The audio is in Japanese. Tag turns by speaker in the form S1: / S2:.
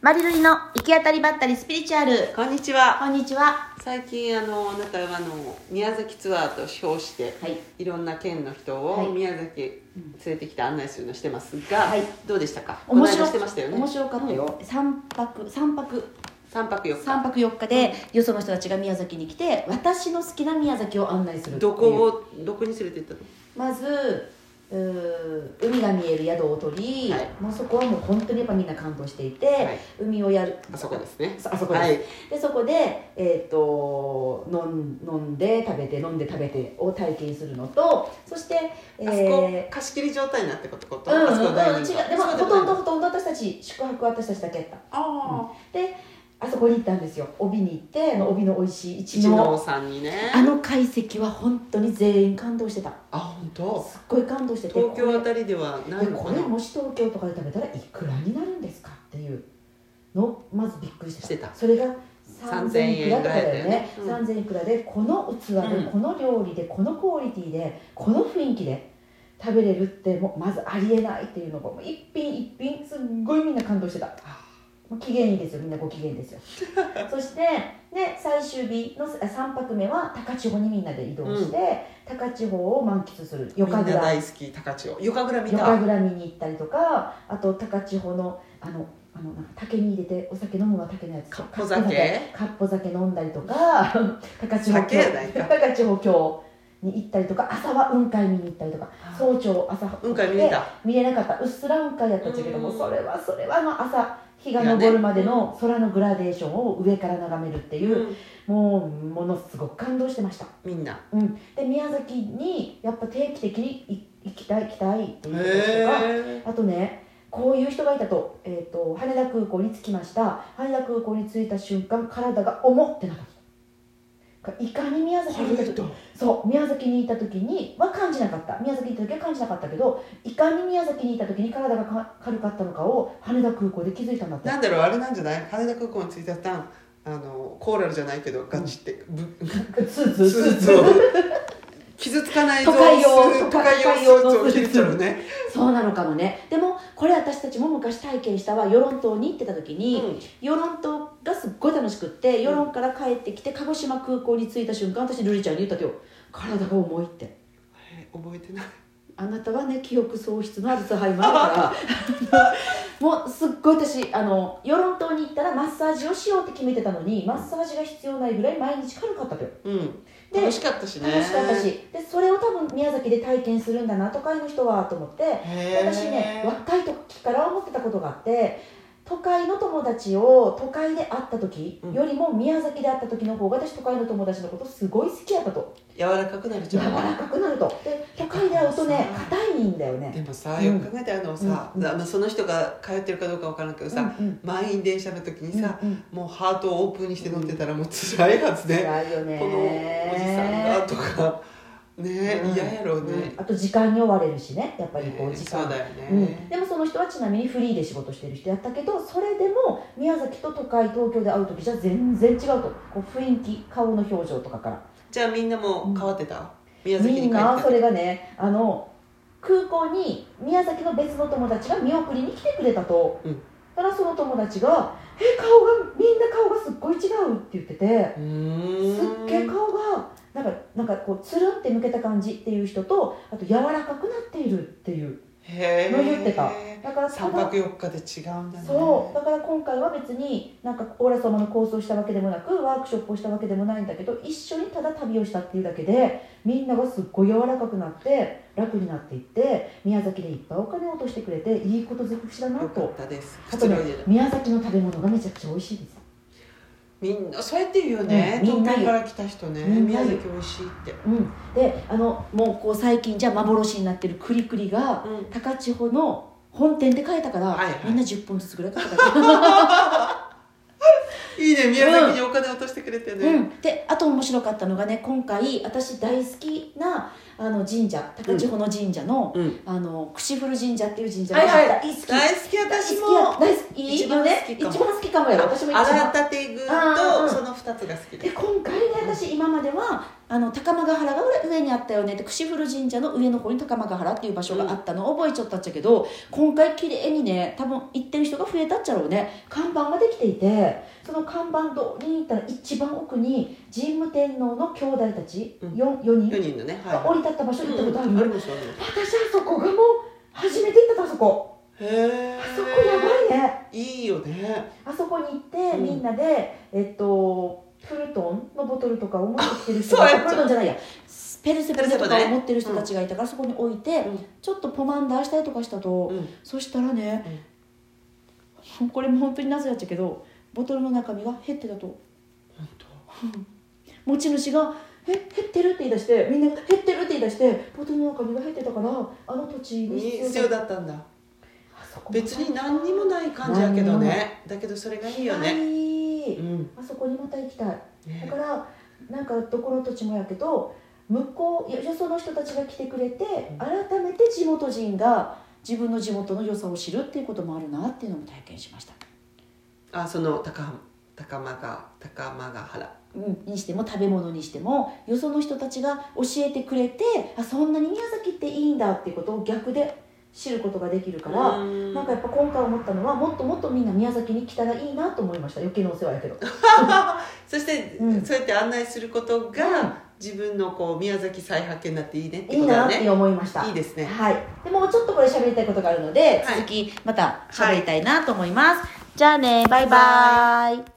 S1: マリルリの行き当たりばったりスピリチュアル。
S2: こんにちは
S1: こんにちは。
S2: 最近あのなんかあの宮崎ツアーと称して、
S1: はい
S2: い、ろんな県の人
S1: はい
S2: を宮崎へ連れてきて案内するのしてますが、
S1: はい
S2: どうでしたか
S1: 面白
S2: この間してましたよね
S1: 面白かったよ。三泊、三泊、
S2: 3泊4日
S1: 三泊四日で、よその人たちが宮崎に来て、私の好きな宮崎を案内するっていう。
S2: どこをどこに連れて行ったの
S1: まずうー海が見える宿を取り、
S2: はい
S1: もうそこはもう本当にやっぱみんな感動していて、
S2: い
S1: 海をやる
S2: あそこですね
S1: そあそこです、
S2: はい
S1: でそこで、えー、と飲ん飲んで食べて飲んで食べてを体験するのとそして、え
S2: あそこ貸し切り状態になってことこと、
S1: うんうん
S2: あそこダ
S1: う
S2: イ
S1: ん
S2: ニン
S1: 違
S2: グ
S1: うでもほとんどほとんど私たち宿泊は私たちだけやった
S2: あ
S1: であそこに行ったんですよ帯に行ってあの帯の美味しい一
S2: 一
S1: の
S2: 郎さんにね
S1: あの懐石は本当に全員感動してた
S2: あ本当
S1: すっごい感動してて
S2: 東京あたりではない
S1: で
S2: の
S1: こ
S2: か
S1: れ
S2: な
S1: もし東京とかで食べたらいくらになるんですかっていうのをまずびっくりしてた
S2: してた
S1: それが3000い
S2: 3000
S1: くらとかだよね、
S2: ぐらいだよ
S1: 3000いくらでこの器で、
S2: うん
S1: この料理でこのクオリティでこの雰囲気で食べれるってもうまずありえないっていうのがもう一品一品すっごいみんな感動してたもう機嫌いいですよみんなご機嫌 ですよそしてで最終日の3泊目は高千穂にみんなで移動して、高千穂を満喫する
S2: み
S1: 夜
S2: んな
S1: 神楽
S2: 大好き高千穂床倉見
S1: 夜
S2: た
S1: 神楽見に行ったりとかあと高千穂のあのあのなんか竹に入れてお酒飲むのは竹のやつ
S2: かっぽ酒
S1: かっぽ酒飲んだりとか 高千穂
S2: 酒やない
S1: 峡
S2: か
S1: 高千穂峡に行ったりとか朝は雲海見に行ったりとか
S2: あー
S1: 早朝朝
S2: 雲海見れた
S1: 見れなかったうっすら雲海やったんだけども
S2: うん
S1: それはそれはあの朝日が昇るまでの空のグラデーションを上から眺めるっていう、
S2: うん
S1: もうものすごく感動してました
S2: みんな
S1: うん、で宮崎にやっぱ定期的にい行きたい行きたいっていうこと
S2: へ
S1: とか、
S2: え
S1: あとねこういう人がいたと,、えー、と羽田空港に着きました羽田空港に着いた瞬間体が重ってなかったかいかに宮崎にいた時そう宮崎にいた時には感じなかった宮崎にいた時は感じなかったけどいかに宮崎にいた時に体がか軽かったのかを羽田空港で気づいたんだって
S2: なんだろうあれなんじゃない羽田空港に着いたたあのコーラルじゃないけどガチって、ぶ
S1: スーツ
S2: スーツを傷つかない
S1: 都会用
S2: スー
S1: 都
S2: ツ都
S1: 会
S2: 会
S1: 用
S2: 用スーツ
S1: の
S2: を
S1: スーツ
S2: 切れちゃうね、
S1: そうなのかもねでもこれ私たちも昔体験したわ与論島に行ってた時
S2: う
S1: に、
S2: ん
S1: 与論島がすっごい楽しくって与論から帰ってきて鹿児島空港に着いた瞬間私瑠璃ちゃんに言ったけど体が重いって
S2: え覚えてない
S1: あなたはね記憶喪失のアルツハイマーだからもうすっごい私あの与論島に行ったらマッサージをしようって決めてたのにマッサージが必要ないぐらい毎日軽かったとよ
S2: うん
S1: で
S2: 楽しかったしね
S1: 楽しかったしでそれを多分宮崎で体験するんだな都会の人はと思って
S2: へー
S1: 私ね若い時から思ってたことがあって都会の友達を都会で会った時
S2: うん
S1: よりも宮崎で会った時の方が私都会の友達のことすごい好きやったと
S2: 柔らかくなるじ
S1: 柔
S2: ゃ
S1: ら
S2: ん
S1: かくなるとで都会で会うとね硬いんだよね
S2: でもさ
S1: うん
S2: よく考えてあのさ、
S1: うん
S2: まあ、その人が通ってるかどうかわからんけどさ、
S1: うんうん
S2: 満員電車の時にさ、
S1: うんうん
S2: もうハートをオープンにして乗ってたらもう辛いはずね、
S1: 辛いよね
S2: このおじさんがとかね
S1: うん
S2: 嫌、やろうね、
S1: うんあと時間に追われるしねやっぱりこう
S2: ね
S1: 時
S2: そう
S1: 間
S2: だよ
S1: うん、
S2: ね、
S1: でもその人はちなみにフリーで仕事してる人やったけどそれでも宮崎と都会東京で会う時じゃ全然違うとこう雰囲気顔の表情とかから
S2: じゃあみんなも変わってた、宮崎
S1: み
S2: に帰っ
S1: ん
S2: てた
S1: なそれがねあの空港に宮崎の別の友達が見送りに来てくれたと、
S2: うん
S1: たらその友達が「え顔がみんな顔がすっごい違う」って言ってて
S2: う
S1: す
S2: ーん
S1: っげえ顔がなんかなんかこうつるんって抜けた感じっていう人とあと柔らかくなっているっていう
S2: へ
S1: のを言ってた
S2: え
S1: だから
S2: 3泊4日で違うんだね
S1: そうだから今回は別になんかオーラ様の構想をしたわけでもなくワークショップをしたわけでもないんだけど一緒にただ旅をしたっていうだけでみんながすっごい柔らかくなって楽になっていって宮崎でいっぱいお金を落としてくれていいこと尽くしだな
S2: よか
S1: と
S2: ったです
S1: あ
S2: く
S1: と
S2: つ
S1: ね
S2: ろいでる
S1: 宮崎の食べ物がめちゃくちゃ美味しいです
S2: みんなそうやって言うよね、
S1: うんみんな
S2: 東京から来た人ね
S1: みんな
S2: 宮
S1: 言う
S2: 崎美味しいって、
S1: うんであのもうこう最近じゃ幻になってるくりくりが
S2: うん
S1: 高千穂の本店で買えたから、
S2: はいはい
S1: みんな10本ずつぐらい買ったから
S2: いいね宮崎にお金落としてくれてね、
S1: うん、であと面白かったのがね今回私大好きなあの神社高千穂の神社の,、
S2: うん
S1: あの串古神社っていう神社
S2: はいはい
S1: 大好き
S2: 大好き私
S1: 好きや
S2: も
S1: 大好きいい
S2: 一番好き
S1: よね
S2: かも
S1: 一番好きかもやろ私も一
S2: 洗
S1: 番
S2: ったて具
S1: あーうん
S2: とその2つが好き
S1: で
S2: で
S1: 今回ね私今までは
S3: あの高間ヶ原が上にあったよねって櫛古神社の上の方に高間ヶ原っていう場所があったのを覚えちゃったっちゃけど、今回綺麗にね多分行ってる人が増えたっちゃろうね
S1: 看板ができていてその看板とに行ったら一番奥に神武天皇の兄弟たち
S2: うん
S1: 4, 4
S2: 4
S1: 人
S2: 人のね、
S1: が
S2: は
S1: 降り立った場所
S2: い、
S1: に行ったことある、
S2: うんありますあり
S1: 私
S2: ま
S1: あそこがもう初めて行ったとあそこ
S2: すへえ
S1: あそこやばいね
S2: いいよね
S1: あそこに行って
S2: うん
S1: みんなで、えっとプルトンのボトルとかを持ってきてる人
S2: そうやっちゃう
S1: プルトンじゃないや
S3: ペルセプスとかを持ってる人たちがいたからそこに置いて、
S2: うん
S3: ちょっとポマンダーしたりとかしたと、
S2: うん
S3: そしたらね、これも本当に謎やっちゃけどボトルの中身が減ってたと
S2: 本当
S3: 持ち主が「え減ってる?」って言い出してみんなが「減ってる?」って言い出してボトルの中身が減ってたからあの土地に
S2: に
S3: 必
S2: 必
S3: 要
S2: 要
S3: だ
S2: だったんだ
S1: あそこ
S2: 別に何にもない感じやけどねだけどそれがいいよ
S1: は
S2: ね
S1: い
S2: うん
S1: あそこにまた行きたいだ
S2: ね
S1: からなんかどこの土地もやけど向こうよよその人たちが来てくれて
S2: ん
S1: 改めて
S3: で地元人が自分の地元の良さを知るっていうこともあるなっていうのも体験しました、
S2: あその高浜高間が高間が原
S3: うん、にしても食べ物にしてもよその人たちが教えてくれてあそんなに宮崎っていいんだっていうことを逆で知ることができるから、
S2: うん
S1: なんかやっぱ今回思ったのはもっともっとみんな宮崎に来たらいいなと思いました余計なお世話やけど
S2: そして、
S1: うん
S2: そうやって案内すること
S1: うん
S2: が自分のこう宮崎再発見になっていいねって
S1: いい
S2: こと
S1: な
S2: だ
S1: って
S2: ね
S1: 思いました
S2: いいですね
S1: はいでもうちょっとこれ喋りたいことがあるので、
S2: はい
S3: 続きまた喋りたいなと思います、じゃあねバイバイ